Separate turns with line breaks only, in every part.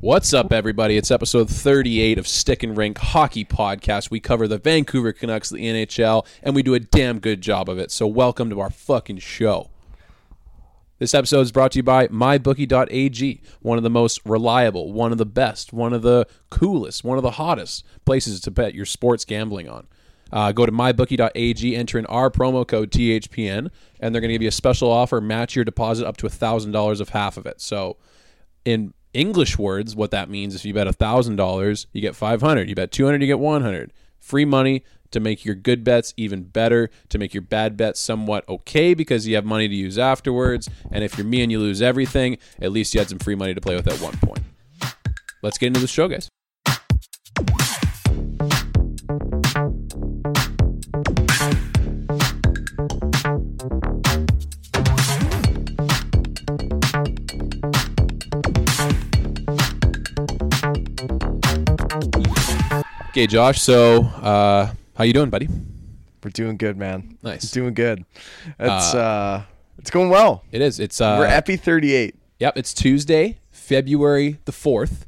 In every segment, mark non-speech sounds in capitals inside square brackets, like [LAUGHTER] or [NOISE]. What's up, everybody? It's episode 38 of Stick and Rink Hockey Podcast. We cover the Vancouver Canucks, the NHL, and we do a damn good job of it. So, welcome to our fucking show. This episode is brought to you by MyBookie.ag, one of the most reliable, one of the best, one of the coolest, one of the hottest places to bet your sports gambling on. Uh, go to MyBookie.ag, enter in our promo code THPN, and they're going to give you a special offer, match your deposit up to $1,000 of half of it. So, in English words, what that means is if you bet thousand dollars, you get five hundred. You bet two hundred, you get one hundred. Free money to make your good bets even better, to make your bad bets somewhat okay because you have money to use afterwards. And if you're me and you lose everything, at least you had some free money to play with at one point. Let's get into the show, guys. Okay, Josh. So, uh, how you doing, buddy?
We're doing good, man.
Nice.
Doing good. It's uh, it's going well.
It is. It's uh,
We're epi 38.
yep. It's Tuesday, February the fourth,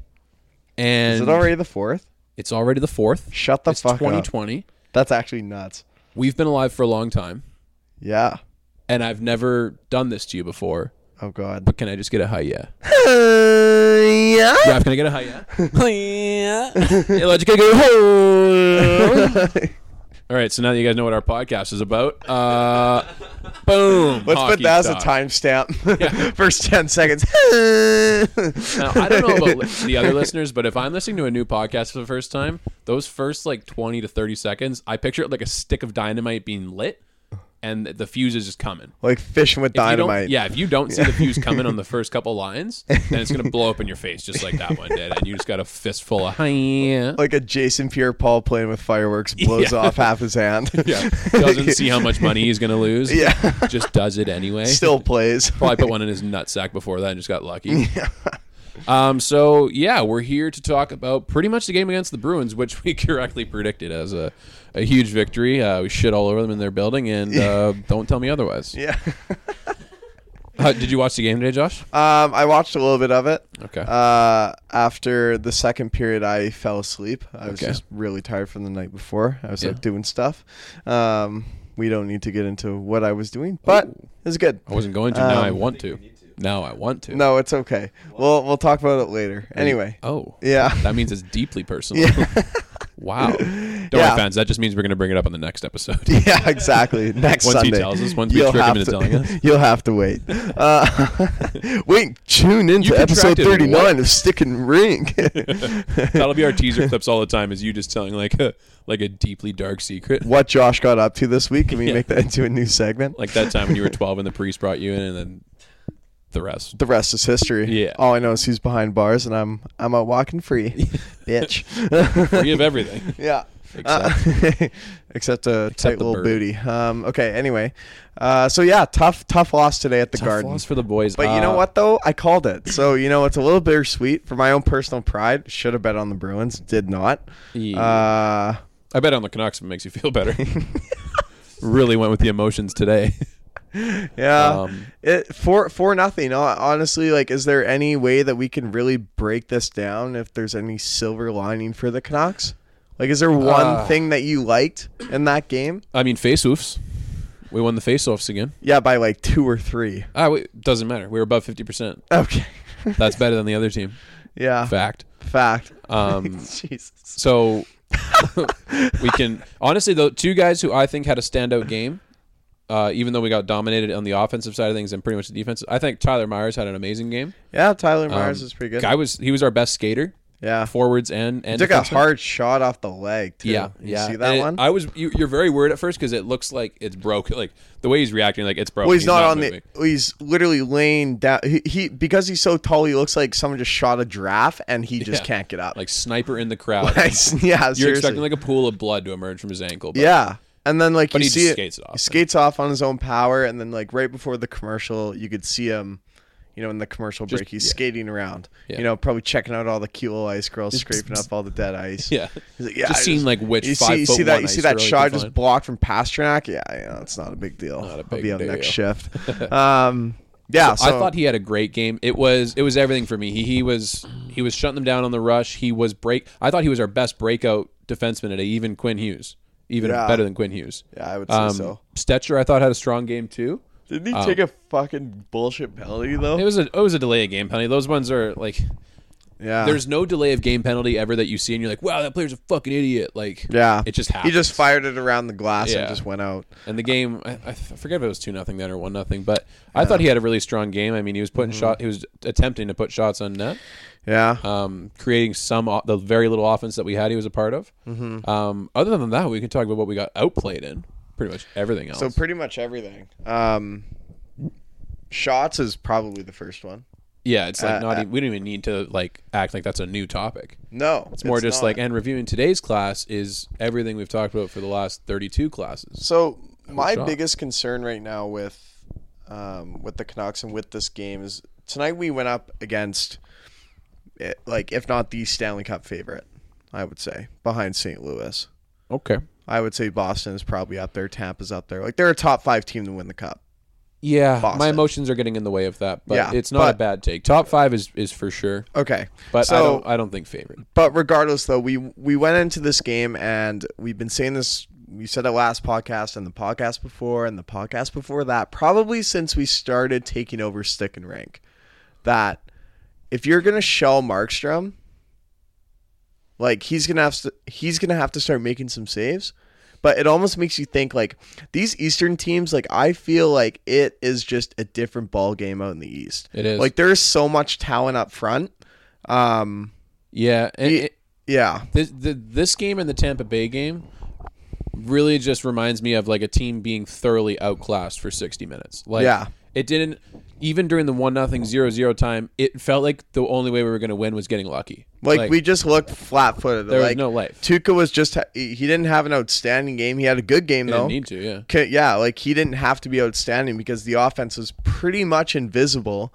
and
Is it already the 4th?
It's already the fourth.
Shut the
it's
fuck up.
2020.
That's actually nuts.
We've been alive for a long time,
Yeah.
and I've never done this to you before.
Oh god. [LAUGHS]
But can I just get a hi yeah?
yeah.
Raph, can I get a hi yeah? yeah. Hey, let's get a good ho. [LAUGHS] All right, so now that you guys know what our podcast is about, uh, boom.
Let's put
hockey
that as a
talk.
timestamp. [LAUGHS] First 10 seconds.
Now, I don't know about
[LAUGHS]
li- the other listeners, but if I'm listening to a new podcast for the first time, those first like 20 to 30 seconds, I picture it like a stick of dynamite being lit, and the fuse is just coming.
like fishing with
If you don't-
dynamite.
yeah, if you don't see the fuse coming
[LAUGHS]
on the first couple lines, then it's gonna blow up in your face just like that one did, and you just got a fistful of [LAUGHS] yeah.
Like a Jason Pierre-Paul playing with fireworks
[LAUGHS]
blows
Yeah.
off half his hand.
[LAUGHS]
[LAUGHS]
yeah. Doesn't see how much money he's gonna lose. [LAUGHS]
Yeah.
Just does it anyway.
Still plays.
probably put one in his nutsack before that and just got lucky. Um, so yeah, we're here to talk about pretty much the game against the Bruins, which we [LAUGHS] correctly predicted as a, a huge victory. Uh, we shit all over them in their building, and uh, don't tell me otherwise.
[LAUGHS] Yeah.
Uh, did you watch the game today, Josh?
Um, I watched a little bit of it.
Okay.
Uh, after the second period, I fell asleep. I was
Okay.
just really tired from the night before. I was
Yeah.
like doing stuff. Um, we don't need to get into what I was doing, but it was good.
Oh. I wasn't going to. now I
Um,
want to. Now I want to.
No, it's okay. We'll we'll talk about it later. Anyway,
Oh.
yeah,
That
[LAUGHS]
means it's deeply personal. [LAUGHS] wow. Don't
Yeah.
worry, fans. That just means we're going to bring it up on the next episode.
yeah, exactly. Next
Once he
Sunday,
tells us, once we trick him
have
into
to,
telling us.
[LAUGHS] you'll have to wait. Uh, [LAUGHS] wait, tune in
You
to episode
contracted
thirty
what?
nine of Stick
[LAUGHS]
and Ring.
[LAUGHS]
[LAUGHS]
That'll be our teaser clips all the time. Is you just telling like [LAUGHS] a like a deeply dark secret,
what Josh got up to this week? Can
[LAUGHS]
we
Yeah.
make that into a new
[LAUGHS]
segment?
like that time when you were twelve and the priest brought you in, and then the rest. [LAUGHS]
the rest is history.
Yeah.
All I know is he's behind bars, and I'm I'm out
[LAUGHS]
walking free, bitch.
We have everything.
[LAUGHS] yeah. Uh, [LAUGHS] except a
the
tight little
bird.
booty. Um, okay. Anyway, uh, so yeah, tough tough loss today at the Garden.
Applause for the boys.
But you know
Uh,
what though? I called it. So you know it's a little bittersweet for my own personal pride. Should have bet on the Bruins. Did not.
Yeah.
Uh,
I bet on the Canucks it makes you feel
[LAUGHS]
better. [LAUGHS] really went with the emotions today.
Yeah,
Um,
it for for nothing. hon- Honestly, like, is there any way that we can really break this down? If there's any silver lining for the Canucks, like, is there one
Uh.
thing that you liked in that game?
I mean, face offs. We won the face offs again.
Yeah, by like two or three. [LAUGHS]
Ah, we, doesn't matter. We were above fifty percent.
Okay.
That's better than the other
[LAUGHS]
team.
yeah.
Fact.
Fact.
Um,
[LAUGHS] Jesus.
So we can honestly though two guys who I think had a standout game, uh, even though we got dominated on the offensive side of things and pretty much the defense. I think Tyler Myers had an amazing game.
Yeah, Tyler Myers
Um,
is pretty good.
Guy was he was our best skater,
yeah.
forwards and and
Took a
defensemen.
hard shot off the leg too.
Yeah,
You
yeah.
See that
And it-
one?
I was you, you're very worried at first because it looks like it's broken. Like the way he's reacting, like it's broken.
Well, he's, not, on
moving.
the. He's literally laying down. He, he because he's so tall, he looks like someone just shot a giraffe, and he just
Yeah.
can't get up.
like sniper in the
[LAUGHS]
crowd.
yeah,
you're
seriously.
expecting like a pool of blood to emerge from his ankle. But
yeah, and then like
But
you
he
see
just
it,
skates it off.
He skates off on his own power, and then like right before the commercial, you could see him. You know, in the commercial break, he's skating around.
Yeah.
You know, probably checking out all the cute little ice girls, scraping up all the dead
[LAUGHS]
ice.
yeah.
He's like, yeah,
Just
I
seeing, like, which
you
five
see, you
foot
see that
one
you see
ice
that
girl you
shot
can
just
find.
blocked from Pasternak. Yeah, yeah, it's not a big deal.
a
I'll
big
be on next
deal. [LAUGHS]
shift. Um, yeah, so
I thought he had a great game. It was it was everything for me. He he was He was shutting them down on the rush. He was break. I thought he was our best breakout defenseman today, even Quinn Hughes, even
Yeah.
better than Quinn Hughes.
Yeah, I would say
Um,
so.
Stetcher, I thought had a strong game too.
Didn't he take a fucking bullshit penalty
It
though?
was a it was a delay of game penalty. Those ones are like
Yeah.
there's no delay of game penalty ever that you see, and you're like, wow, that player's a fucking idiot. Like
yeah.
it just
he
happens.
just fired it around the glass
Yeah.
and just went out.
And the game, I, I forget if it was two nothing then or one nothing, but I thought he had a really strong game. I mean, he was putting
Mm-hmm.
shot, he was attempting to put shots on net,
Yeah.
um, creating some o- the very little offense that we had. He was a part of. Mm-hmm. Um, other than that, we can talk about what we got outplayed in. Pretty much everything else.
so pretty much everything. Um, shots is probably the first one.
yeah, it's like
uh,
not
uh,
even, we don't even need to like act like that's a new topic.
No,
It's more just like and reviewing today's class is everything we've talked about for the last thirty two classes.
So my
shot.
biggest concern right now with um, with the Canucks and with this game is tonight we went up against eh, like if not the Stanley Cup favorite, I would say behind St. Louis.
Okay.
I would say Boston is probably up there. Tampa's up there. Like they're a top five team to win the cup.
Yeah, my
Boston.
emotions are getting in the way of that, but
Yeah,
it's not a
but-
bad take. Top five is is for sure.
Okay,
But I
so
don't I don't think favorite.
but regardless though, we we went into this game and we've been saying this. We said it last podcast and the podcast before and the podcast before that. Probably since we started taking over Stick and Rank, that if you're gonna shell Markstrom, like he's gonna have to, he's gonna have to start making some saves. But it almost makes you think like these Eastern teams. Like I feel like it is just a different ball game out in the East.
It is.
like there's so much talent up front. Um,
Yeah, and
Yeah.
it-
yeah.
this the, this game and the Tampa Bay game really just reminds me of like a team being thoroughly outclassed for 60 minutes. Like
Yeah.
it didn't even during the 1 nothing 0-0 time, it felt like the only way we were going to win was getting lucky.
Like, we just looked flat footed.
there was
like,
no life.
Tuca was just he he didn't have an outstanding game. He had a good game
didn't
though.
need to, yeah.
Ca- yeah, like he didn't have to be outstanding because the offense was pretty much invisible.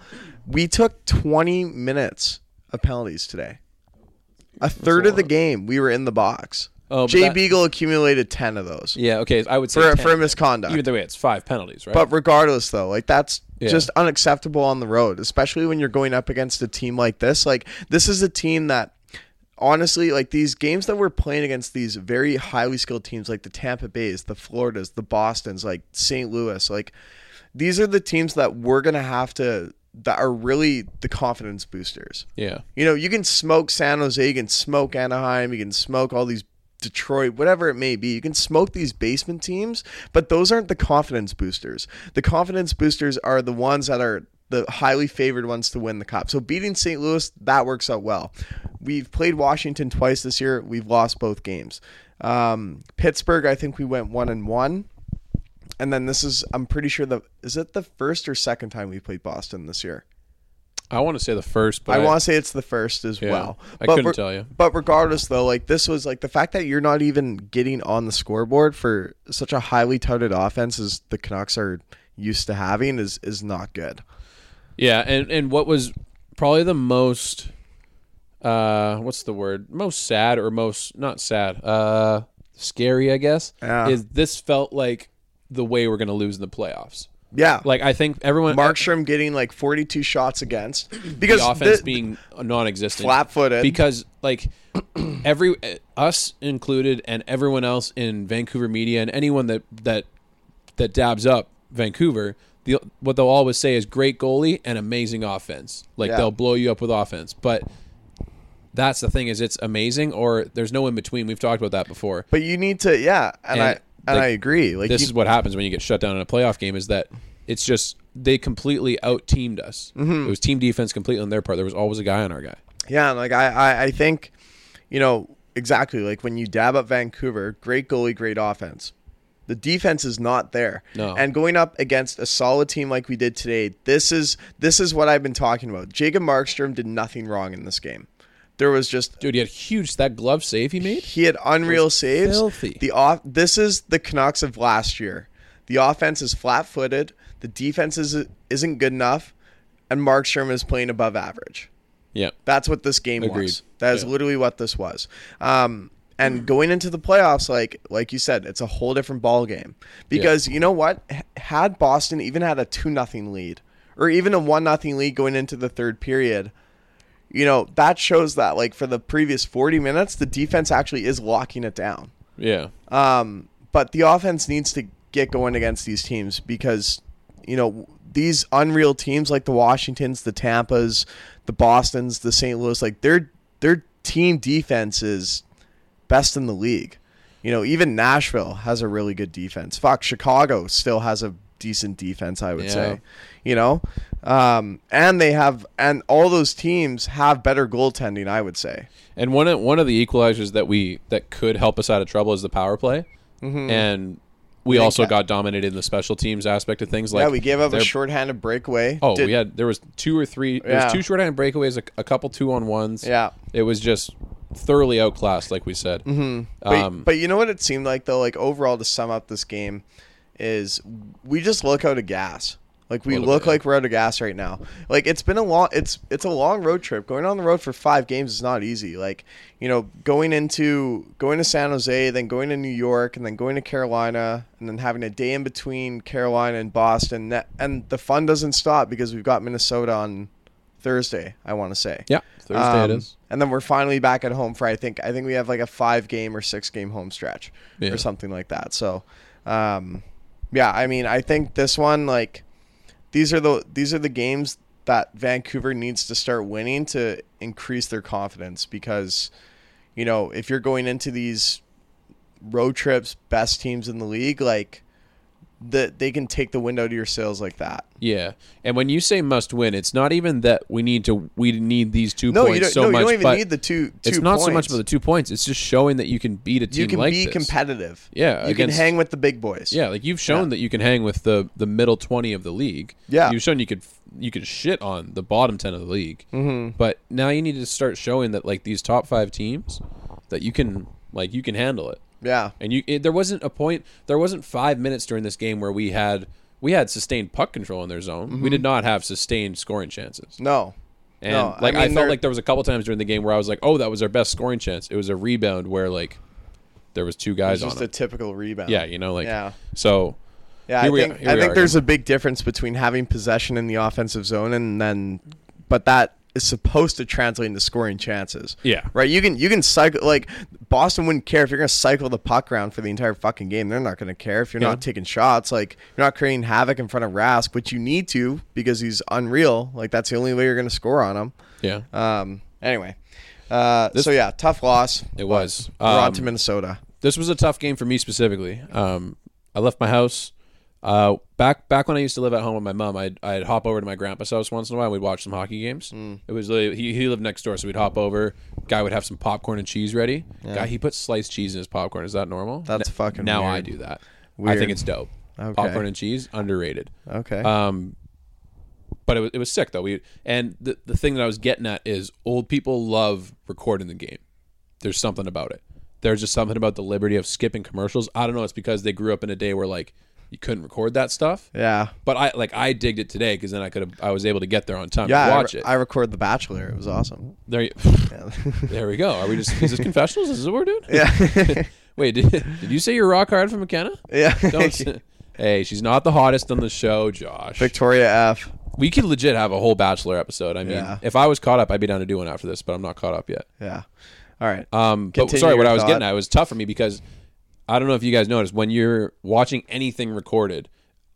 We took 20 minutes of penalties today. A third of the game we were in the box.
Oh, but
Jay
that-
Beagle accumulated 10 of those
Yeah, okay, I would say
for
10.
for misconduct.
either way it's 5 penalties, right?
But regardless, though, like that's
Yeah.
just unacceptable on the road, especially when you're going up against a team like this. Like this is a team that, honestly, like these games that we're playing against these very highly skilled teams, like the Tampa Bays, the Floridas, the Boston's, like St. Louis, like these are the teams that we're gonna have to that are really the confidence boosters.
yeah.
You know, you can smoke San Jose, you can smoke Anaheim, you can smoke all these Detroit, whatever it may be. You can smoke these basement teams, but those aren't the confidence boosters. The confidence boosters are the ones that are the highly favored ones to win the cup. So beating St. Louis, that works out well. We've played Washington twice this year. We've lost both games. Um, Pittsburgh, I think we went one and one. And then this is, I'm pretty sure the is it the first or second time we played Boston this year?
I want to say the first, but
I want to say it's the first as
Yeah.
well.
I couldn't tell you.
But regardless, though, like this was like the fact that you're not even getting on the scoreboard for such a highly touted offense as the Canucks are used to having is is not good.
Yeah, and and what was probably the most uh what's the word? Most sad or most not sad, uh scary, I guess,
Yeah.
is this felt like the way we're going to lose in the playoffs.
Yeah, like
Like I think everyone
Markstrom getting like 42 shots against because
the offense
the-
being non-existent
flat-footed.
because like [CLEARS THROAT] every us included and everyone else in Vancouver media and anyone that that that dabs up Vancouver the, what they'll always say is great goalie and amazing offense like
Yeah.
they'll blow you up with offense but that's the thing is it's amazing or there's no in between we've talked about that before
but you need to yeah, and,
And,
I and I
like,
agree. Like
this
you-
is what happens when you get shut down in a playoff game is that it's just they completely out teamed us it was team defense completely on their part there was always a guy on our guy
Yeah, and, like I, I, I think, you know, exactly like when you dab up Vancouver, great goalie, great offense. The defense is not there.
No.
And going up against a solid team like we did today, this is this is what I've been talking about. Jacob Markstrom did nothing wrong in this game. There was just
Dude, he had huge that glove save he made.
he had unreal saves.
filthy.
The off this is the Canucks of last year. The offense is flat-footed. The defense is isn't good enough, and Markstrom is playing above average.
Yeah,
That's what this game
Agreed.
was. That is
Yeah.
literally what this was. Um, and going into the playoffs, like like you said, it's a whole different ball game because you know what? H- had Boston even had a two nothing lead or even a one nothing lead going into the third period, you know, that shows that like for the previous 40 minutes, the defense actually is locking it down.
Yeah.
Um, but the offense needs to get going against these teams because, you know, these unreal teams like the Washingtons, the Tampas, the Bostons, the St. Louis, like their their team defense is best in the league. You know, even Nashville has a really good defense. Fuck, Chicago still has a decent defense, I would
Yeah.
say. You know, um, and they have, and all those teams have better goaltending, I would say.
And one of, one of the equalizers that we that could help us out of trouble is the power play, and we also
Mm-hmm. that-
got dominated in the special teams aspect of things. Like
yeah, we gave up a
their-
shorthanded breakaway.
Oh,
Did-
we had there was two or three. There
Yeah.
was two shorthand breakaways, a, a couple two on ones.
Yeah.
it was just thoroughly outclassed, like we said. Mm-hmm.
But,
Um,
but you know what it seemed like though, like overall to sum up this game, is we just look out of gas. Like we
Little
look
bit, yeah.
like we're out of gas right now. Like it's been a long, it's it's a long road trip. Going on the road for five games is not easy. Like you know, going into going to San Jose, then going to New York, and then going to Carolina, and then having a day in between Carolina and Boston. That, and the fun doesn't stop because we've got Minnesota on Thursday. I want to say.
yeah, Thursday it
Um,
is.
And then we're finally back at home for I think I think we have like a five game or six game home stretch
Yeah.
or something like that. So, um, yeah, I mean I think this one like these are the these are the games that Vancouver needs to start winning to increase their confidence because you know if you're going into these road trips best teams in the league like that they can take the wind out of your sails like that.
Yeah, and when you say must win, it's not even that we need to we need these two
No,
points
you don't,
so
no,
much.
you don't even
but
need the two. two
it's not so much
points.
for the two points. It's just showing that you can beat a team
you can
like
be
this.
competitive.
Yeah,
you
against-
can hang with the big boys.
Yeah, like you've shown
Yeah.
that you can hang with the the middle twenty of the league.
Yeah.
you've shown you could you could shit on the bottom ten of the league. Mm-hmm. But now you need to start showing that like these top five teams that you can like you can handle it.
yeah,
And you it, there wasn't a point there wasn't five minutes during this game where we had we had sustained puck control in their zone. We did not have sustained scoring chances.
no,
And
Mm-hmm. No, I
like I,
mean,
felt
they're-
like there was a couple times during the game where I was like, oh, that was our best scoring chance. It was a rebound where like there was two guys
it's
on
just
it.
a typical rebound.
yeah, you know, like
Yeah.
so.
yeah.
here
I
we-
think
here
I
we
think
are
there's a big difference between having possession in the offensive zone and then, but that is supposed to translate into scoring chances.
Yeah.
right. You can you can cycle like Boston wouldn't care if you're gonna cycle the puck around for the entire fucking game. They're not gonna care if you're not taking shots. Like you're not creating havoc in front of Rask, but you need to because he's unreal. Like that's the only way you're gonna score on him.
Yeah,
Um. Anyway. Uh, so yeah, tough loss.
it was.
We're on
Um,
to Minnesota.
this was a tough game for me specifically. Um, I left my house. Uh, back back when I used to live at home with my mom, I'd, I'd hop over to my grandpa's house once in a while. We'd watch some hockey games.
Hmm.
It was really, he, he lived next door, so we'd hop over. Guy would have some popcorn and cheese ready. Guy he put sliced cheese in his popcorn. Is that normal?
That's fucking
Now I
weird.
do that. I
Weird.
think it's dope.
Okay.
Popcorn and cheese underrated.
Okay.
Um, but it was, it was sick though. We and the the thing that I was getting at is old people love recording the game. There's something about it. There's just something about the liberty of skipping commercials. I don't know. It's because they grew up in a day where like you couldn't record that stuff.
yeah.
But I like I digged it today because then I could have I was able to get there on time
Yeah,
to watch
I,
it.
I record The Bachelor. It was awesome.
there, you, [LAUGHS] there we go. Are we just is this confessionals? Is this what we're doing?
Yeah,
[LAUGHS] Wait, did, did you say you're rock hard for McKenna?
[LAUGHS] [LAUGHS] yeah.
Don't. s- [LAUGHS] hey, she's not the hottest on the show, Josh.
Victoria F.
We could legit have a whole Bachelor episode. I mean,
Yeah.
if I was caught up, I'd be down to do one after this, but I'm not caught up yet.
Yeah. All right.
Um, but
Continue
sorry, what
your
I was
thought.
getting at it was tough for me because I don't know if you guys noticed when you're watching anything recorded,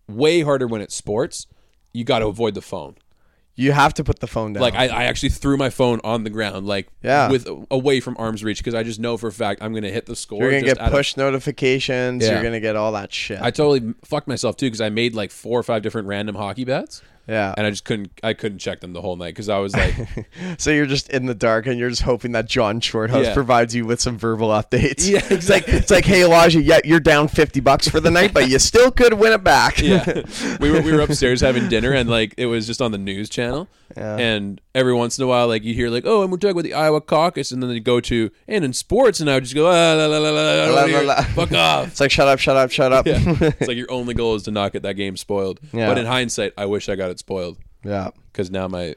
way harder when it's sports. You got to avoid the phone.
you have to put the phone down.
Like I, I actually threw my phone on the ground, like
Yeah.
with away from arm's reach, because I just know for a fact I'm gonna hit the score.
you're gonna
just
get
out of-
push notifications.
Yeah.
You're gonna get all that shit.
I totally fucked myself too because I made like four or five different random hockey bets,
yeah.
and I just couldn't. I couldn't check them the whole night because I was like,
So you're just in the dark, and you're just hoping that John Shorthouse
Yeah.
provides you with some verbal updates.
Yeah,
[LAUGHS] It's like it's like, hey Elijah, yeah, you're down fifty bucks for the night, but you still could win it back.
yeah [LAUGHS] we were we were upstairs having dinner and like it was just on the news channel and every once in a while like you hear like oh and we're talking about the iowa caucus and then they go to and in sports and i would just go ah, la, la, la, la, la,
La, la,
la,
la."
fuck off
[LAUGHS] [LAUGHS] It's like shut up, shut up, shut up.
yeah it's like your only goal is to not get that game spoiled
Yeah.
but in hindsight i wish i got it spoiled
[LAUGHS] yeah.
[LAUGHS] because now my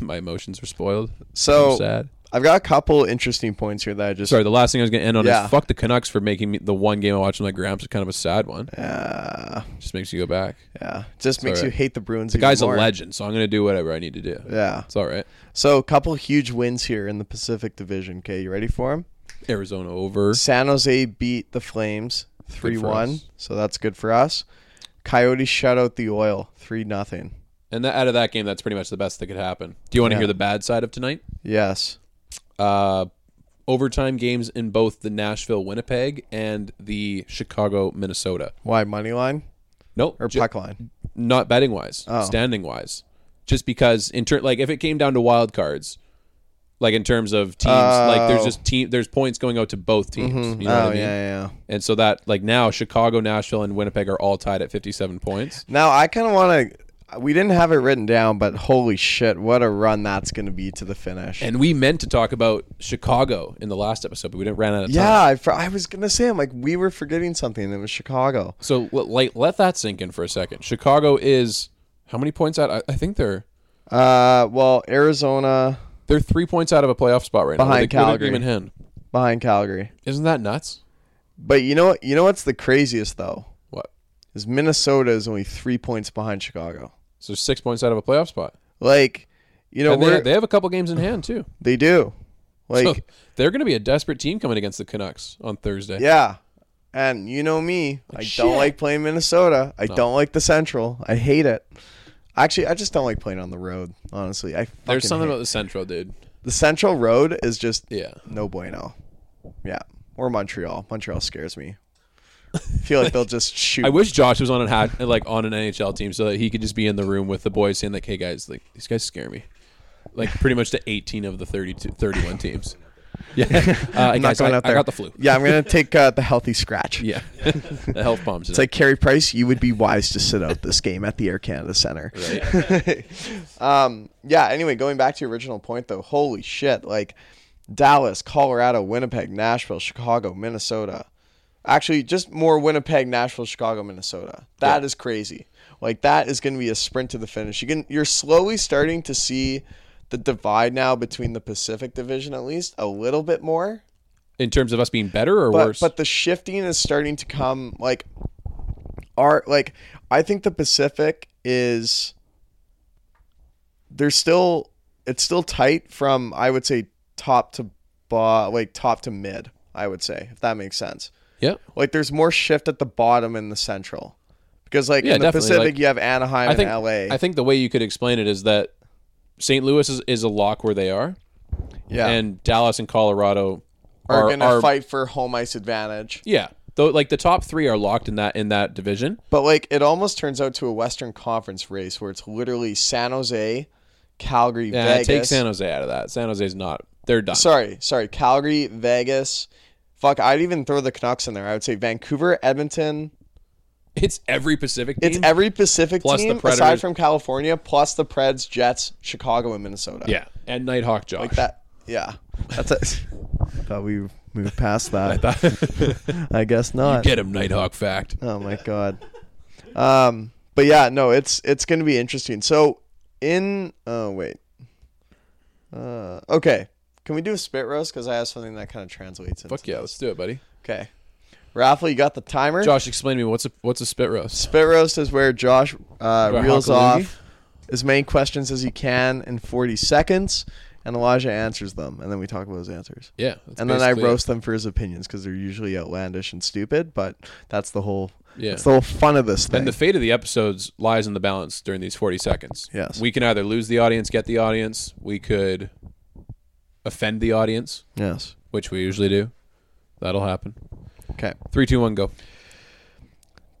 my emotions are spoiled I'm
So
sad
I've got a couple interesting points here that I just
Sorry, the last thing I was going to end on
Yeah.
is fuck the Canucks for making me the one game I watched with my gramps kind of a sad one.
Yeah,
Just makes you go back.
yeah. Just makes
all
you
right.
hate the Bruins.
The guy's a
even more.
legend, so I'm going to do whatever I need to do.
Yeah.
It's all right.
So a couple huge wins here in the Pacific Division. Okay, you ready for them?
Arizona over.
San Jose beat the Flames three one,
us.
so that's good for us. Coyotes shut out the Oil three nothing.
And that, out of that game, that's pretty much the best that could happen. Do you want to
Yeah.
hear the bad side of tonight?
Yes.
Uh, overtime games in both the Nashville Winnipeg and the Chicago Minnesota.
Why money line
Nope.
or Oh.
ju-
puck line?
not betting wise, standing wise. Just because in turn, like if it came down to wild cards, like in terms of teams, like there's
Oh.
just team, there's points going out to both teams. You know
oh
what I mean?
yeah, yeah.
And so that like now Chicago, Nashville, and Winnipeg are all tied at 57 points.
Now I kind of want to. We didn't have it written down, but holy shit, what a run that's going to be to the finish.
And we meant to talk about Chicago in the last episode, but we didn't ran out of time.
yeah, I, for, I was gonna say, I'm like, we were forgetting something. It was Chicago.
So l- like let that sink in for a second. Chicago is how many points out? I, I think they're
Uh, well, Arizona
they're three points out of a playoff spot right now.
Behind
with a- with a
Calgary.
game in hand.
behind Calgary.
Isn't that nuts?
But you know what? You know what's the craziest though
What?
is Minnesota is only three points behind Chicago.
So six points out of a playoff spot.
Like, you know,
And they,
we're,
they
they,
have a couple games in hand too.
do. Like,
so they're going to be a desperate team coming against the Canucks on Thursday.
yeah. And you know me, I
shit.
don't like playing Minnesota. I don't like the Central. I hate it. Actually, I just don't like playing on the road. Honestly, I fucking
There's something
hate-
about the Central, dude.
the Central Road is just
Yeah.
no bueno. Yeah, or Montreal. Montreal scares me. [LAUGHS] I feel like they'll just shoot.
I wish Josh was on an hat, like on an NHL team so that he could just be in the room with the boys saying like, "Hey guys, like these guys scare me." Like pretty much to 18 of the 32 31
[LAUGHS]
teams. Yeah. Uh,
I'm not
guys,
going
I,
out there.
I got the flu.
Yeah,
[LAUGHS]
I'm gonna take uh, the healthy scratch. [LAUGHS]
Yeah. the health bombs.
It's like Carey Price, you would be wise to sit out this game at the Air Canada Center. [LAUGHS] um, yeah. Anyway, going back to your original point, though, holy shit! Like Dallas, Colorado, Winnipeg, Nashville, Chicago, Minnesota. Actually, just more Winnipeg, Nashville, Chicago, Minnesota. That is crazy. Like that is going to be a sprint to the finish. You can you're slowly starting to see the divide now between the Pacific Division, at least a little bit more
in terms of us being better or
but,
worse.
But the shifting is starting to come like are like I think the Pacific is there's still it's still tight from I would say top to bo- like top to mid, I would say, if that makes sense.
yeah.
Like there's more shift at the bottom in the central. Because like
Yeah,
in the
definitely,
Pacific
like,
you have Anaheim
I think
and LA.
I think the way you could explain it is that St. Louis is, is a lock where they are.
yeah.
and Dallas and Colorado
are,
are,
gonna
are-
fight for home ice advantage.
Yeah, though, like the top three are locked in that in that division.
But like it almost turns out to a Western Conference race where it's literally San Jose, Calgary,
Yeah,
Vegas.
take San Jose out of that. San Jose's not. They're done.
sorry, sorry, Calgary, Vegas. Fuck, I'd even throw the Canucks in there. I would say Vancouver, Edmonton.
it's every Pacific team.
It's every Pacific
Plus the
team
Predators.
aside from California, plus the Preds, Jets, Chicago, and Minnesota.
yeah, and Nighthawk Josh. [LAUGHS]
that. Yeah, that's [LAUGHS] it. Thought we moved
[LAUGHS]
past that. I guess not.
Get him, Nighthawk fact.
[LAUGHS] Oh my god. Um, but yeah, no, it's it's gonna be interesting. So in oh wait, uh, okay, can we do a spit roast? Because I have something that kind of translates. Into
Fuck yeah, let's do it, buddy.
Okay, Raffle, you got the timer.
Josh, explain to me what's a what's a spit roast?
Spit roast is where Josh uh,
Right,
reels
Honkaloogie?
off as many questions as he can in 40 seconds, and Elijah answers them, and then we talk about his answers.
Yeah, that's
and then I
basically it.
roast them for his opinions because they're usually outlandish and stupid, but that's the whole
Yeah.
that's the whole fun of this thing.
And the fate of the episodes lies in the balance during these forty seconds.
Yes.
we can either lose the audience, get the audience. We could offend the audience,
yes.
which we usually do. That'll happen.
Okay.
Three, two, one, go.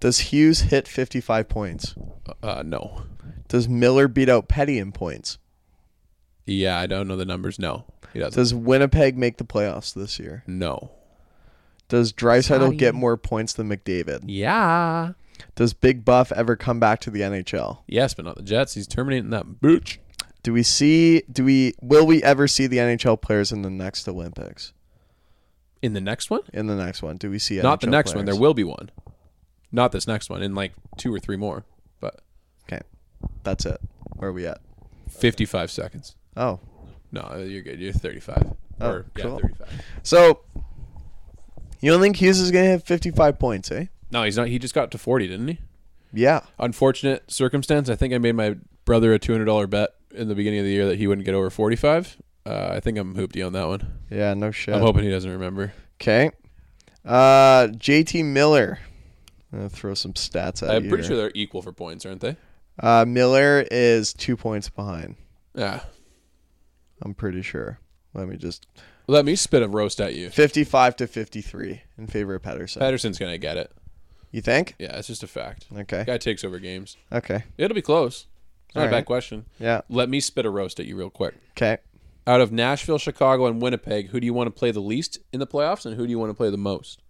Does Hughes hit 55 points?
Uh, no.
Does Miller beat out Petty in points?
Yeah, I don't know the numbers. No, he doesn't.
Does Winnipeg make the playoffs this year?
No.
Does Dreisaitl get more points than McDavid?
Yeah.
Does Big Buff ever come back to the NHL?
Yes, but not the Jets. He's terminating that bitch.
Do we see? Do we? Will we ever see the NHL players in the next Olympics?
In the next one?
In the next one, do we see?
not the
NHL
next one. There
players?
will be one. Not this next one. In like two or three more. But
Okay, that's it. Where are we at?
fifty-five seconds.
Oh,
No, you're good. You're 35.
Oh,
or, yeah,
cool.
35.
So you don't think Hughes is going to have 55 points, eh?
No, he's not. He just got to 40, didn't he?
Yeah.
Unfortunate circumstance. I think I made my brother a $200 bet in the beginning of the year that he wouldn't get over 45. Uh, I think I'm hoopty on that one.
Yeah, no shit.
I'm hoping he doesn't remember.
Okay. Uh, JT Miller. I'm gonna throw some stats at
I'm
you.
pretty sure
here.
they're equal for points, aren't they?
Uh, Miller is two points behind.
Yeah.
I'm pretty sure. Let me just
Let me spit a roast at you.
55 to 53 in favor of Patterson.
Patterson's going to get it.
you think?
Yeah, it's just a fact.
Okay.
Guy takes over games.
Okay.
It'll be close. It's Not a
Alright.
bad question.
Yeah.
Let me spit a roast at you real quick.
Okay.
Out of Nashville, Chicago, and Winnipeg, who do you want to play the least in the playoffs, and who do you want to play the most?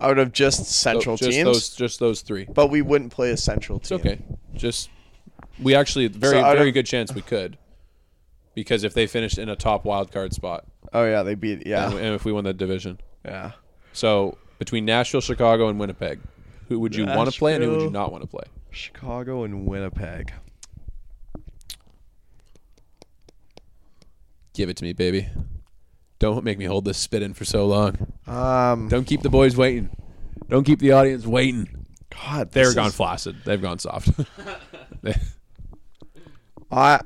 Out of just
Tho-
central
Oh, just
teams,
Those, just those three.
but we wouldn't play a central
It's
team.
okay. Just we actually very
So out
very
of-
good chance we could, because if they finished in a top wild card spot,
Oh yeah, they beat.
and
Yeah.
and if we won that division,
Yeah.
so between Nashville, Chicago, and Winnipeg, who would you want to play and who would you
Nashville.
not want to play?
Chicago and Winnipeg.
Give it to me, baby. Don't make me hold this spit in for so long.
Um.
Don't keep the boys waiting. Don't keep the audience waiting.
God,
They're
this
gone
is-
flaccid. They've gone soft. [LAUGHS]
I.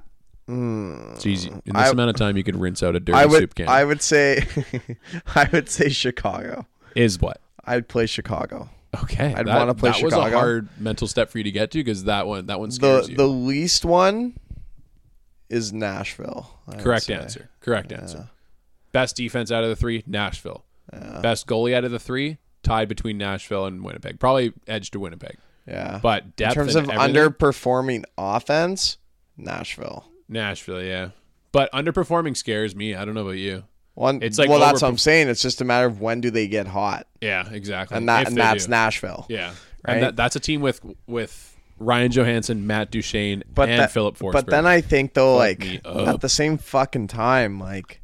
Jeez, in this
I-
amount of time, you could rinse out a dirty
I
soup
would.
can.
I would say. [LAUGHS] I would say Chicago.
is what?
I'd play Chicago.
Okay,
I'd
that-
wanna play
That was a
Chicago.
hard mental step for you to get to because that one that one
The
scares you.
the least one is Nashville. I would
Correct
say.
answer. Correct answer. Best defense out of the three, Nashville. Best goalie out of the three, tied between Nashville and Winnipeg. Probably edge to Winnipeg,
Yeah.
but
in
depth
terms of
and everything,
underperforming offense, Nashville.
Nashville, yeah. But underperforming scares me. I don't know about you.
One.
It's like
well, that's what
overperf-
I'm saying. It's just a matter of when do they get hot,
Yeah, exactly.
and that
If
and
they
that's
do.
Nashville.
yeah.
right?
And that, that's a team with with Ryan Johansson, Matt Duchene,
but
and
that-
Philip Forsberg.
But then I think though,
me
like
up.
at the same fucking time, like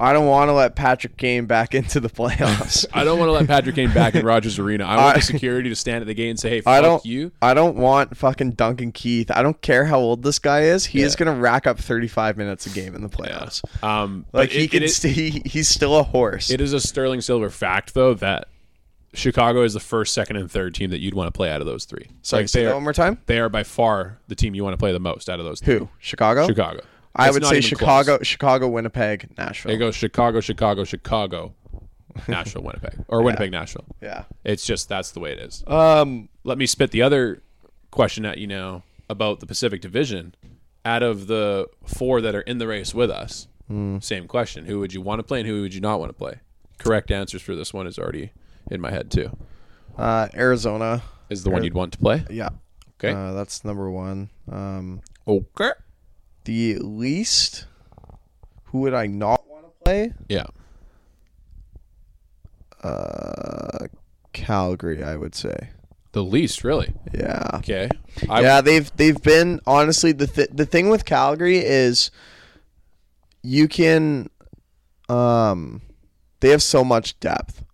I don't want to let Patrick Kane back [LAUGHS] into the playoffs.
I don't want to let Patrick Kane back
[LAUGHS]
in Rogers Arena. I want
I-
the security to stand at the gate and say, "Hey, fuck
I don't.
you."
I don't want fucking Duncan Keith. I don't care how old this guy is. He is
Yeah.
gonna rack up 35 minutes a game in the playoffs.
Um,
Like
but
he
it-
can.
it is-
st- he, he's still a horse.
It is a sterling silver fact, though, that Chicago is the first, second, and third team that you'd want to play out of those three.
Sorry,
Like,
say
they,
that
are,
one more time.
they are by far the team you want to play the most out of those.
Who? Chicago.
Three. Chicago.
I
It's
would
not
say
even close.
Chicago, Chicago, Winnipeg, Nashville.
They go Chicago, Chicago,
[LAUGHS]
Chicago, Nashville, Winnipeg, or Winnipeg, Nashville.
Yeah.
It's just that's the way it is.
Um.
Let me spit the other question at you now about the Pacific Division. Out of the four that are in the race with us,
Hmm.
same question: Who would you want to play, and who would you not want to play? Correct answers for this one is already in my head too.
Uh, Arizona.
is the one you'd want to play.
Yeah.
Okay.
Uh, that's number one. Um.
okay.
the least who would I not want to play?
Yeah.
Uh Calgary, I would say.
The least, really.
Yeah.
Okay. I,
yeah, they've they've been honestly the th- the thing with Calgary is you can um they have so much depth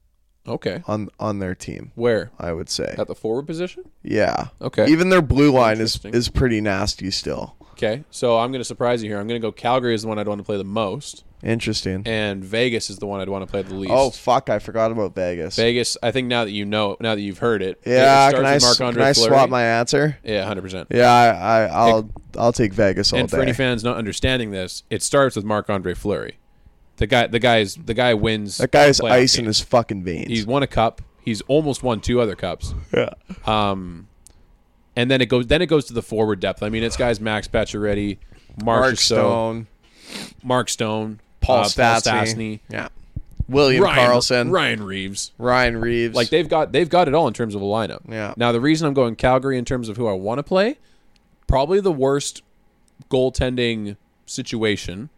Okay.
on on their team,
Where?
I would say.
At the forward position?
Yeah.
Okay.
Even their blue line is
Interesting.
is pretty nasty still.
Okay. So I'm going to surprise you here. I'm going to go Calgary is the one I'd want to play the most,
Interesting.
and Vegas is the one I'd want to play the least.
Oh fuck, I forgot about Vegas.
Vegas, I think now that you know, now that you've heard it. it
yeah,
starts
can
with
I, s- can
Marc-Andre
I
Fleury.
swap my answer?
Yeah, 100%.
Yeah, I, I, I'll I'll take Vegas all
and for
day.
any fans not understanding this, it starts with Marc Andre Fleury. The guy, the guy's, the guy wins.
that guy has
playoff
ice in
games.
his fucking veins.
He's won a cup. He's almost won two other cups.
yeah.
and then it goes then it goes to the forward depth. I mean, it's guys Max Pacioretty, Mark,
Mark
Stone,
Stone,
Mark Stone,
Paul,
uh,
Stastny, yeah, William
Ryan
Carlson,
Ryan Reeves.
Ryan Reeves.
Like they've got they've got it all in terms of a lineup.
Yeah.
Now the reason I'm going Calgary in terms of who I want to play, probably the worst goaltending situation.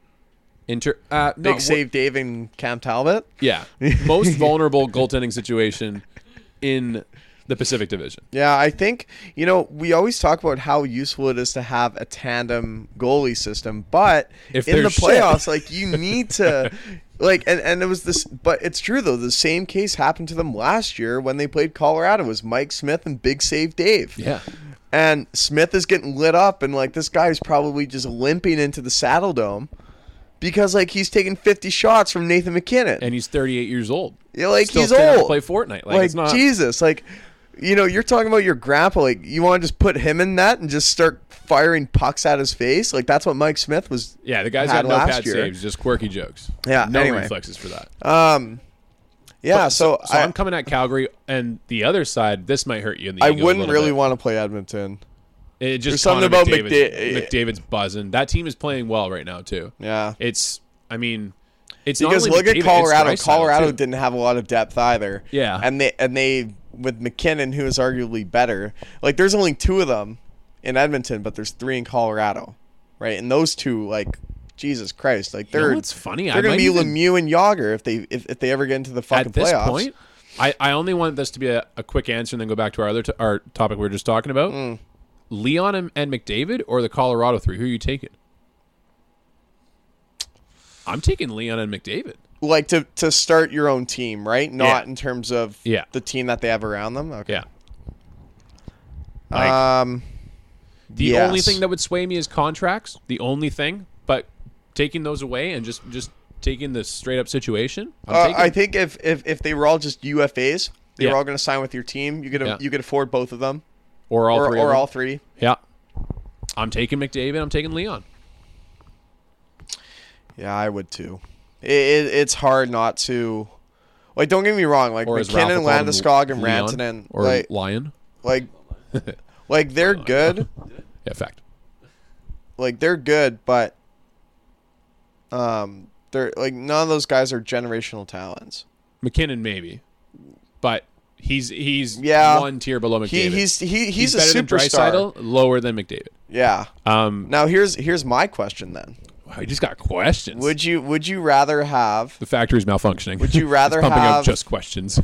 Inter uh,
big
not,
save, Dave and Cam Talbot.
Yeah,
[LAUGHS]
most vulnerable goaltending situation in the Pacific Division.
Yeah, I think you know we always talk about how useful it is to have a tandem goalie system, but
If
in the
there's shit.
playoffs, like you
[LAUGHS]
need to, like, and and it was this, but it's true though. The same case happened to them last year when they played Colorado. It was Mike Smith and Big Save Dave.
Yeah.
And Smith is getting lit up, and like this guy's probably just limping into the saddle dome because like he's taking 50 shots from Nathan McKinnon.
and he's 38 years old.
Yeah, like
Still
he's
staying out to
old.
play Fortnite. Like,
like
it's not.
Jesus, like you know, you're talking about your grandpa. Like you want to just put him in that and just start firing pucks at his face. Like that's what Mike Smith was.
Yeah, the guy's
had
got no
last
pad
year.
saves, just quirky jokes.
Yeah,
no
anyway.
reflexes for that.
Um, yeah.
But-
so,
so
I,
am coming at Calgary, and the other side. This might hurt you in the.
I
ego a
wouldn't
little
really
bit.
want to play Edmonton.
It just
There's something
Connor
about
McDavid's,
McDa-
McDavid's buzzing. That team is playing well right now too.
Yeah.
It's. I mean, it's not
Because
only
look
McDavid,
at
it's
Colorado.
Draisaitl,
Colorado
too.
didn't have a lot of depth either.
Yeah.
And they and they with McKinnon, who is arguably better. Like there's only two of them in Edmonton, but there's three in Colorado, right? And those two, like Jesus Christ, like
You know
they're
what's funny? I
They're gonna
might
be
even-
Lemieux and Yager if they if, if they ever get into the fucking
at this
playoffs.
point. I, I only want this to be a, a quick answer and then go back to our other t- our topic we were just talking about.
Mm.
Leon and, and McDavid or the Colorado three? Who are you taking? I'm taking Leon and McDavid.
like to to start your own team, right? Not in terms of
Yeah.
the team that they have around them. Okay.
Yeah. Like,
um.
the
yes.
only thing that would sway me is contracts. The only thing, but taking those away and just just taking the straight up situation. I'm
Uh,
taking,
I think if, if if they were all just UFAs, they
Yeah.
were all going to sign with your team. You could
Yeah.
you could afford both of them,
or all
or
three. of
or
them.
all three.
Yeah. I'm taking McDavid. I'm taking Leon.
Yeah, I would too. It, it, it's hard not to. Like, don't get me wrong. Like
Or as Rafa
McKinnon,
called him,
Landeskog, and
Leon
Rantanen,
or [LAUGHS]
like
Lion.
like like they're good.
Yeah, fact.
Like they're good, but um, they're like none of those guys are generational talents.
McKinnon maybe, but he's he's
Yeah.
one tier below McDavid.
He, he's he, he's, a
better than
superstar.
Dreisaitl, lower than McDavid.
Yeah.
Um,
Now here's here's my question then.
wow, you just got questions.
Would you would you rather have
the factory's malfunctioning.
Would
[LAUGHS]
you
It's
rather
pumping out
have-
just questions?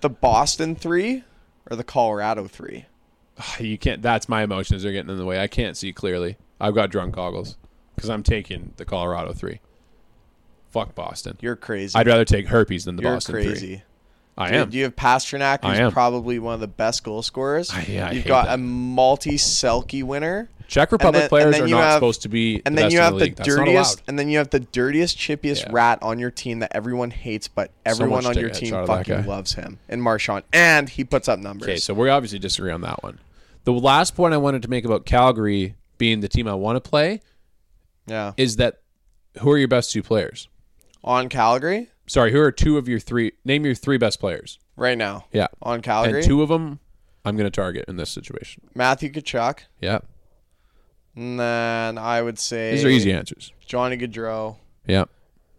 the Boston three or the Colorado three?
you can't. That's my emotions are getting in the way. I can't see clearly. I've got drunk goggles because I'm taking the Colorado three. Fuck Boston.
You're crazy.
I'd rather take herpes than the
You're
Boston
crazy.
three. I
Dude,
am.
you have Pasternak,
I
who's
am.
probably one of the best goal scorers.
I- yeah, I
You've
hate
got
that.
a multi-selkie winner,
Czech Republic
then- and
players
then
are
you
not
have-
supposed to be.
and
the
then
best
you
in
have
the,
the,
league. That's not
dirtiest,
allowed.
and then you have the dirtiest, chippiest
Yeah.
rat on your team that everyone hates, but everyone
much
on
to
your
get
team
out of that
fucking
guy.
loves him. And Marshawn, and he puts up numbers.
Okay, so we obviously disagree on that one. The last point I wanted to make about Calgary being the team I want to play
yeah,
is that who are your best two players?
on Calgary
Sorry, who are two of your three? Name your three best players.
right now.
Yeah,
On Calgary,
and two of them I'm going to target in this situation.
Matthew Kachuk,
Yeah,
and then I would say
these are easy answers.
Johnny Gaudreau,
Yeah,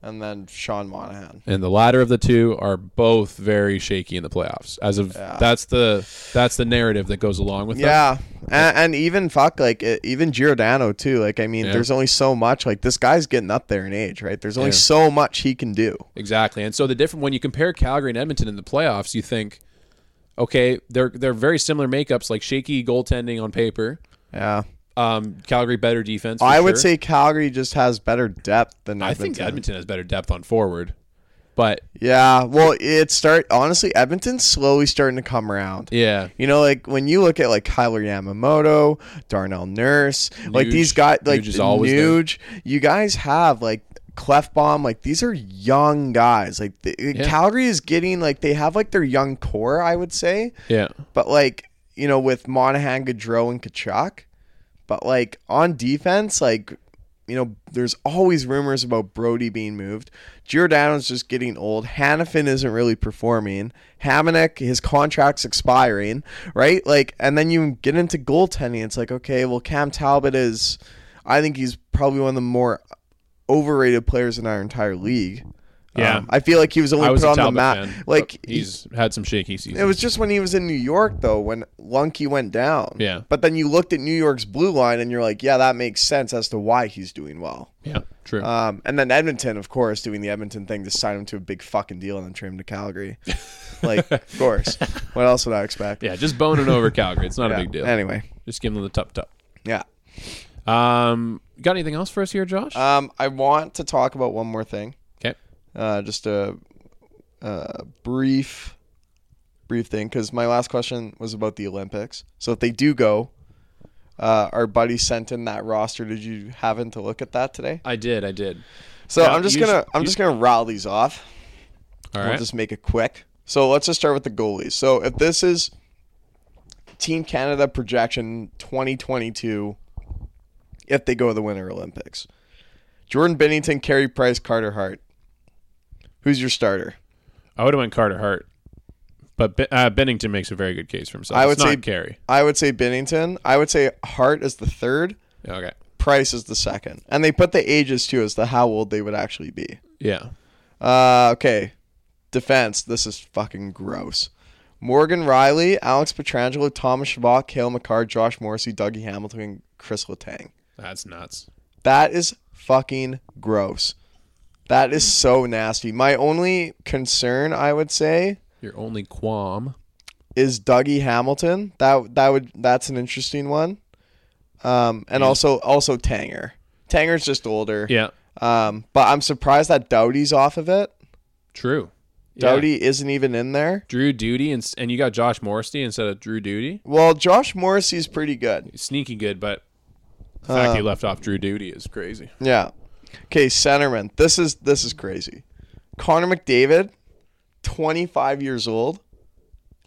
and then Sean Monahan.
and the latter of the two are both very shaky in the playoffs. As of that's the that's the narrative that goes along with them.
Yeah, and, and even fuck like e- even Giordano too. Like I mean,
Yeah.
there's only so much. Like this guy's getting up there in age, right? There's only
Yeah.
so much he can do.
Exactly. And so the different when you compare Calgary and Edmonton in the playoffs, you think, okay, they're they're very similar makeups, like shaky goaltending on paper.
Yeah,
Um, Calgary better defense. for
I would
sure.
say Calgary just has better depth than
I
Edmonton.
think Edmonton has better depth on forward, but
Yeah, well, it start honestly. Edmonton's slowly starting to come around.
yeah,
You know, like when you look at like Kyler Yamamoto, Darnell Nurse, like
Nuge.
these guys, like
Nuge is always there.
Nuge, you guys have like Clefbaum, like these are young guys. Like the, Calgary is getting like they have like their young core, I would say,
yeah,
but like you know with Monahan, Gaudreau, and Kachuk, but like on defense, like you know there's always rumors about Brody being moved. Giordano's just getting old. Hannafin isn't really performing. Hamannik, his contract's expiring, right? Like, and then you get into goaltending. It's like okay, well Cam Talbot is, I think he's probably one of the more overrated players in our entire league. Um,
Yeah.
I feel like he was only
I was
put
a
on the
Talbot
map.
fan.
Like
but he's had some shaky seasons.
it was just when he was in New York, though, when Lunky went down.
Yeah.
But then you looked at New York's blue line, and you're like, yeah, that makes sense as to why he's doing well.
yeah, true.
Um, and then Edmonton, of course, doing the Edmonton thing to sign him to a big fucking deal and then trade him
[LAUGHS]
to Calgary. like, of course. What else would I expect?
yeah, just boning over Calgary. It's not
[LAUGHS]
a big deal.
Anyway,
Just give them the tup tup.
yeah.
Um, got anything else for us here, Josh?
Um, I want to talk about one more thing.
okay.
Uh, just a, a brief, brief thing because my last question was about the Olympics. So if they do go, Uh, our buddy sent in that roster. Did you happen to look at that today?
I did. I did.
So
Yeah,
I'm just
you
gonna
sh-
I'm
you-
just gonna rattle these off.
All
We'll
right.
just make it quick. So let's just start with the goalies. So if this is Team Canada projection 2022, if they go to the Winter Olympics, Jordan Bennington, Carey Price, Carter Hart. Who's your starter?
I would have went Carter Hart, but Be- uh, Bennington makes a very good case for himself.
I would
it's
say-
not Carey.
I would say Bennington. I would say Hart is the third.
Okay.
Price is the second. And they put the ages too as to how old they would actually be.
Yeah.
Uh, okay. Defense. This is fucking gross. Morgan Riley, Alex Petrangelo, Thomas Shabbat, Kale McCarr, Josh Morrissey, Dougie Hamilton, and Chris Letang.
That's nuts.
That is fucking gross. That is so nasty. My only concern, I would say,
Your only qualm.
is Dougie Hamilton. That that would that's an interesting one. Um, and also also Tanger. Tanger's just older.
Yeah.
Um, but I'm surprised that Doughty's off of it.
True. Yeah.
Doughty isn't even in there.
Drew Duty, and, and you got Josh Morrissey instead of Drew Duty.
Well, Josh Morrissey's pretty good.
Sneaky good, but the fact
Uh,
he left off Drew Duty is crazy.
Yeah. Okay, centerman. This is this is crazy. Connor McDavid, 25 years old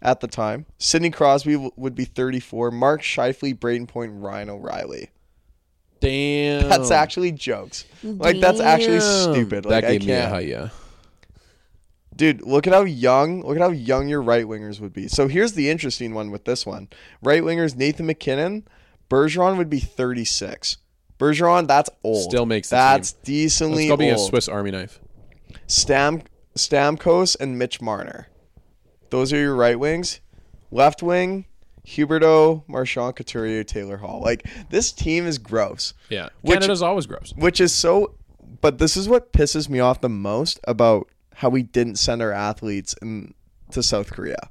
at the time. Sidney Crosby w- would be 34. Mark Shifley, Braden Point, Ryan O'Reilly.
Damn.
That's actually jokes. Like that's actually
Oh. Damn.
stupid.
that
Like I
gave me a
can't.
high, yeah.
Dude, look at how young, look at how young your right wingers would be. So here's the interesting one with this one. Right wingers Nathan McKinnon, Bergeron would be 36. Bergeron, that's old.
Still makes the
that's
That's
decently
got to be a
old.
Swiss Army knife.
Stam Stamkos and Mitch Marner. Those are your right wings. Left wing, Huberto, Marchand, Couturier, Taylor Hall. Like this team is gross
Yeah.
Which-
Canada's always gross.
which is so but this is what pisses me off the most about how we didn't send our athletes in, to South Korea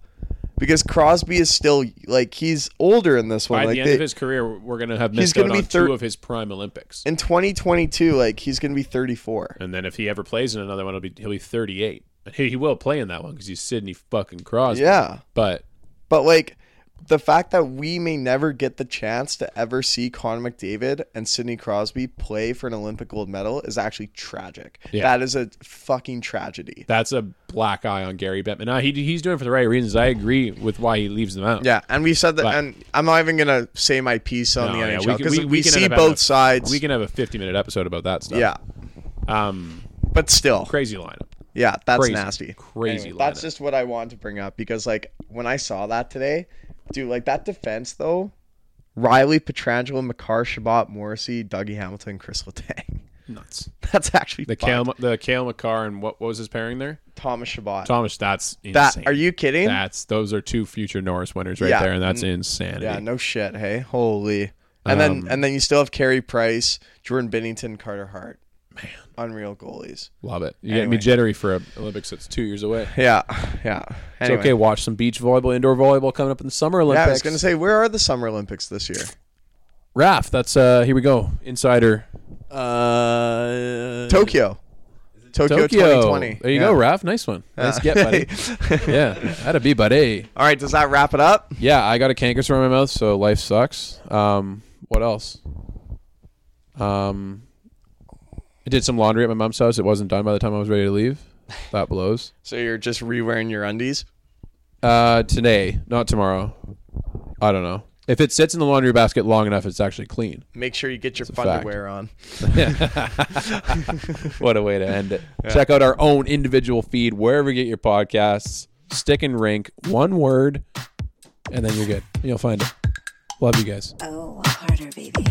because Crosby is still like he's older in this one
By
like
the end
they-
of his career, we're going to have
He's
missed out
gonna
on
be thir-
two of his prime Olympics.
in 2022 like he's going to be 34
And then if he ever plays in another one, it'll be he'll be 38. And He, he will play in that one because he's Sidney fucking Crosby.
yeah
But
but like the fact that we may never get the chance to ever see Connor McDavid and Sidney Crosby play for an Olympic gold medal is actually tragic.
Yeah.
That is a fucking tragedy.
that's a black eye on Gary Bettman. Uh, he, he's doing it for the right reasons. I agree with why he leaves them out.
Yeah, and we said that,
But-
and I'm not even gonna say my piece on
No,
the
yeah,
NHL
we can-
because
we-
we,
we can
see
end up
both
having a-
sides.
We can have a 50 minute episode about that stuff.
yeah,
Um,
but still,
crazy lineup.
yeah, that's
Crazy.
nasty.
Crazy
Anyway, that's
lineup.
just what I wanted to bring up because, like, when I saw that today, dude, like that defense though, Riley, Petrangelo, Makar, Shabbat, Morrissey, Dougie Hamilton, Chris Letang. [LAUGHS]
nuts.
That's actually
The Kale, the Kale McCarr and what, what was his pairing there?
Thomas Shabbat.
Thomas. That's insane.
that are you kidding?
That's those are two future Norris winners right
Yeah. Mm-hmm.
there, and that's insanity.
yeah, no shit. Hey, holy. And then
Um,
and then you still have Carey Price, Jordan Bennington, Carter Hart. Man, unreal goalies.
Love it. You get me jittery for a Olympics that's two years away.
Yeah, yeah.
It's
Anyway.
okay. Watch some beach volleyball, indoor volleyball coming up in the summer
Yeah,
Olympics.
I was gonna say, where are the Summer Olympics this year?
Raf, that's uh here we go. Insider.
Uh,
Tokyo, Tokyo,
Tokyo.
2020.
There you
Yeah. Uh,
go, Raf. Nice one. Nice get,
[LAUGHS]
buddy. yeah, that'd be, buddy.
All right, does that wrap it up?
Yeah, I got a canker sore in my mouth, so life sucks. Um, what else? Um, I did some laundry at my mom's house. It wasn't done by the time I was ready to leave. That blows.
So you're just re-wearing your undies.
Uh, today, not tomorrow. I don't know. If it sits in the laundry basket long enough, it's actually clean.
Make sure you get your
a fact.
underwear on.
[LAUGHS] what a way to end it. Check out our own individual feed wherever you get your podcasts. Stick and rink, one word, and then you're good. You'll find it. Love you guys.
Oh, harder, baby.